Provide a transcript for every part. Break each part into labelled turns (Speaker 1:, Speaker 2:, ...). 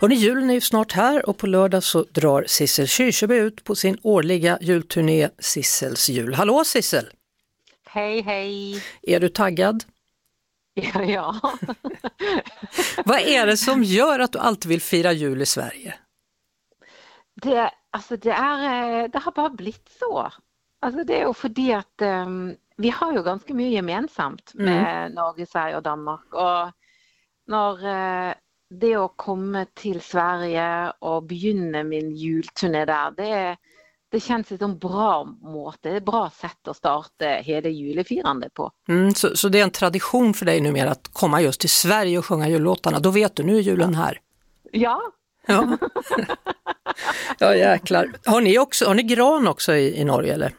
Speaker 1: Hörrni, julen är ju snart här och på lördag så drar Sissel Kyrkjebø ut på sin årliga julturné Sissels jul. Hallå Sissel!
Speaker 2: Hej, hej!
Speaker 1: Är du taggad?
Speaker 2: Ja, ja.
Speaker 1: Vad är det som gör att du alltid vill fira jul i Sverige?
Speaker 2: Det, alltså det, är, eh, det har bara blivit så. Alltså det är jo fordi at eh, vi har jo ganske mye gemensamt med Norge, Sverige og Danmark. Og når eh, det å komme til Sverige og begynne min juleturné der, det, det kjennes som en bra måte, det er et bra sett å starte hele julefirande på.
Speaker 1: Mm, så, så det är en tradition för dig numera att komma just till Sverige och sjunga jullåtarna, då vet du, nu är julen här.
Speaker 2: Ja,
Speaker 1: Ja, ja jäklar. Har ni, också, har ni gran också i, i Norge eller?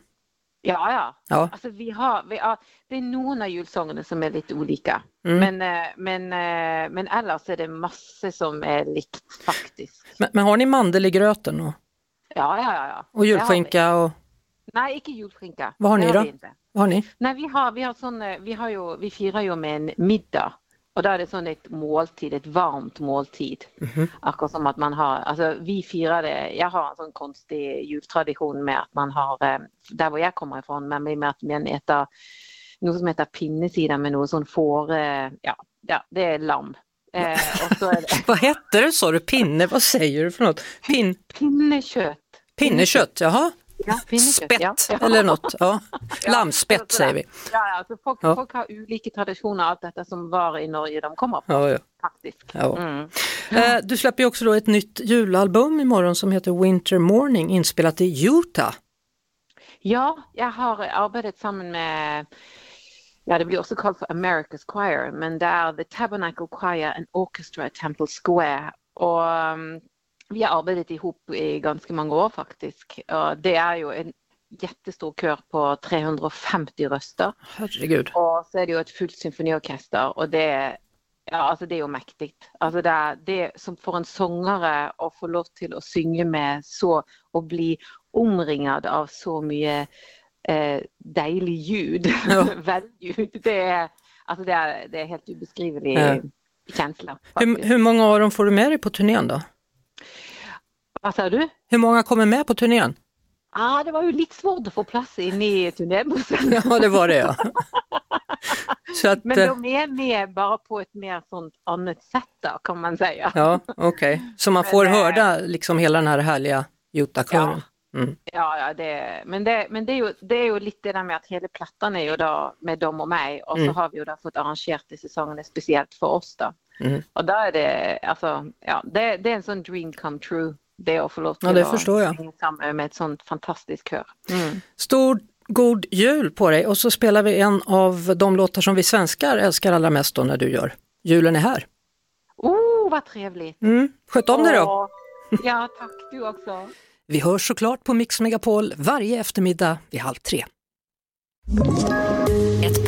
Speaker 2: Ja, ja.
Speaker 1: Ja.
Speaker 2: Alltså, vi har, vi har, det är någon av julsångerna som är lite olika.
Speaker 1: Mm.
Speaker 2: Men, eh, men, eh, men annars är det massor som är likt faktiskt.
Speaker 1: Men, men har ni mandel i gröten och,
Speaker 2: Ja, ja, ja. ja.
Speaker 1: och
Speaker 2: Det har
Speaker 1: julskinka? Och,
Speaker 2: vi. Nej, inte julskinka.
Speaker 1: Vad har ni
Speaker 2: Det
Speaker 1: då?
Speaker 2: vi inte.
Speaker 1: vad har ni?
Speaker 2: Nej, vi har, vi har sån, eh, vi har ju, vi firar ju med en middag. Och då är det sån ett måltid, ett varmt måltid.
Speaker 1: Mhm.
Speaker 2: Akkurat som att man har, alltså vi firar det, jag har en sån konstig jultradition med att man har, eh, där var jag kommer ifrån, men med att man äter något som heter pinnesida med någon sån får, eh, ja, ja, det är lamm. Eh, och så är det
Speaker 1: Vad hette det sa du? Pinne? Vad säger du för något? Pin,
Speaker 2: pinnekött.
Speaker 1: pinnekött, jaha?
Speaker 2: Ja, pinnekött,
Speaker 1: Spett
Speaker 2: ja. Ja.
Speaker 1: eller något? Ja.
Speaker 2: Ja,
Speaker 1: Lammspett
Speaker 2: så- sådär.
Speaker 1: säger vi.
Speaker 2: Ja, ja, så folk,
Speaker 1: Ja.
Speaker 2: folk har olika traditioner, allt detta som var i Norge de kommer från
Speaker 1: Ja, ja.
Speaker 2: faktiskt.
Speaker 1: Ja.
Speaker 2: Mm.
Speaker 1: Eh, Du släpper ju också då ett nytt julalbum imorgon som heter Winter Morning inspelat i Utah.
Speaker 2: Ja, jag har arbetat samman med, ja det blir också kallat för America's Choir, men det är The Tabernacle Choir and Orchestra at Temple Square. Och um, vi har arbetat ihop i ganska många år faktiskt. Och det är ju en jättestor kör på 350 röster.
Speaker 1: Herregud.
Speaker 2: Och så är det ju ett fullt symfoniorkester och det är, ja, alltså det är ju mäktigt. Alltså det, är, det är som för en sångare att få lov till att synge med så och bli omringad av så mycket eh, dejlig ljud,
Speaker 1: Ja.
Speaker 2: välljud. Det är, alltså det är, det är helt obeskrivlig
Speaker 1: Ja.
Speaker 2: känsla.
Speaker 1: Hur,
Speaker 2: faktiskt.
Speaker 1: hur många av dem får du med dig på turnén då?
Speaker 2: Vad sa du?
Speaker 1: Hur många kommer med på turnén?
Speaker 2: Ah, det var ju lite svårt att få plats inne i turnébussen.
Speaker 1: Ja, det var det ja. Så att,
Speaker 2: Men
Speaker 1: eh,
Speaker 2: de är med bara på ett mer sånt annat sätt då, kan man säga.
Speaker 1: ja, okej. Så man får
Speaker 2: Men, eh,
Speaker 1: höra liksom hela den här härliga Utah-kören. Mm.
Speaker 2: Ja, ja det, men, det, men det, är ju, det är ju lite det där med att hela plattan är ju då med dem och mig och
Speaker 1: Mm.
Speaker 2: så har vi ju då fått arrangerat i säsongen speciellt för oss då.
Speaker 1: Mm.
Speaker 2: Och då är det, alltså, ja, det, det är en sån dream come true. Det att få lov till
Speaker 1: Ja, det
Speaker 2: att
Speaker 1: förstår jag.
Speaker 2: hänga samman med ett sånt fantastiskt kör. Mm.
Speaker 1: Stor god jul på dig och så spelar vi en av de låtar som vi svenskar älskar allra mest då när du gör Julen är här.
Speaker 2: Oh, vad trevligt!
Speaker 1: Mm. Sköt om dig då!
Speaker 2: Åh, Ja, tack du också.
Speaker 1: Vi hörs såklart på Mix Megapol varje eftermiddag vid halv tre.
Speaker 3: Ett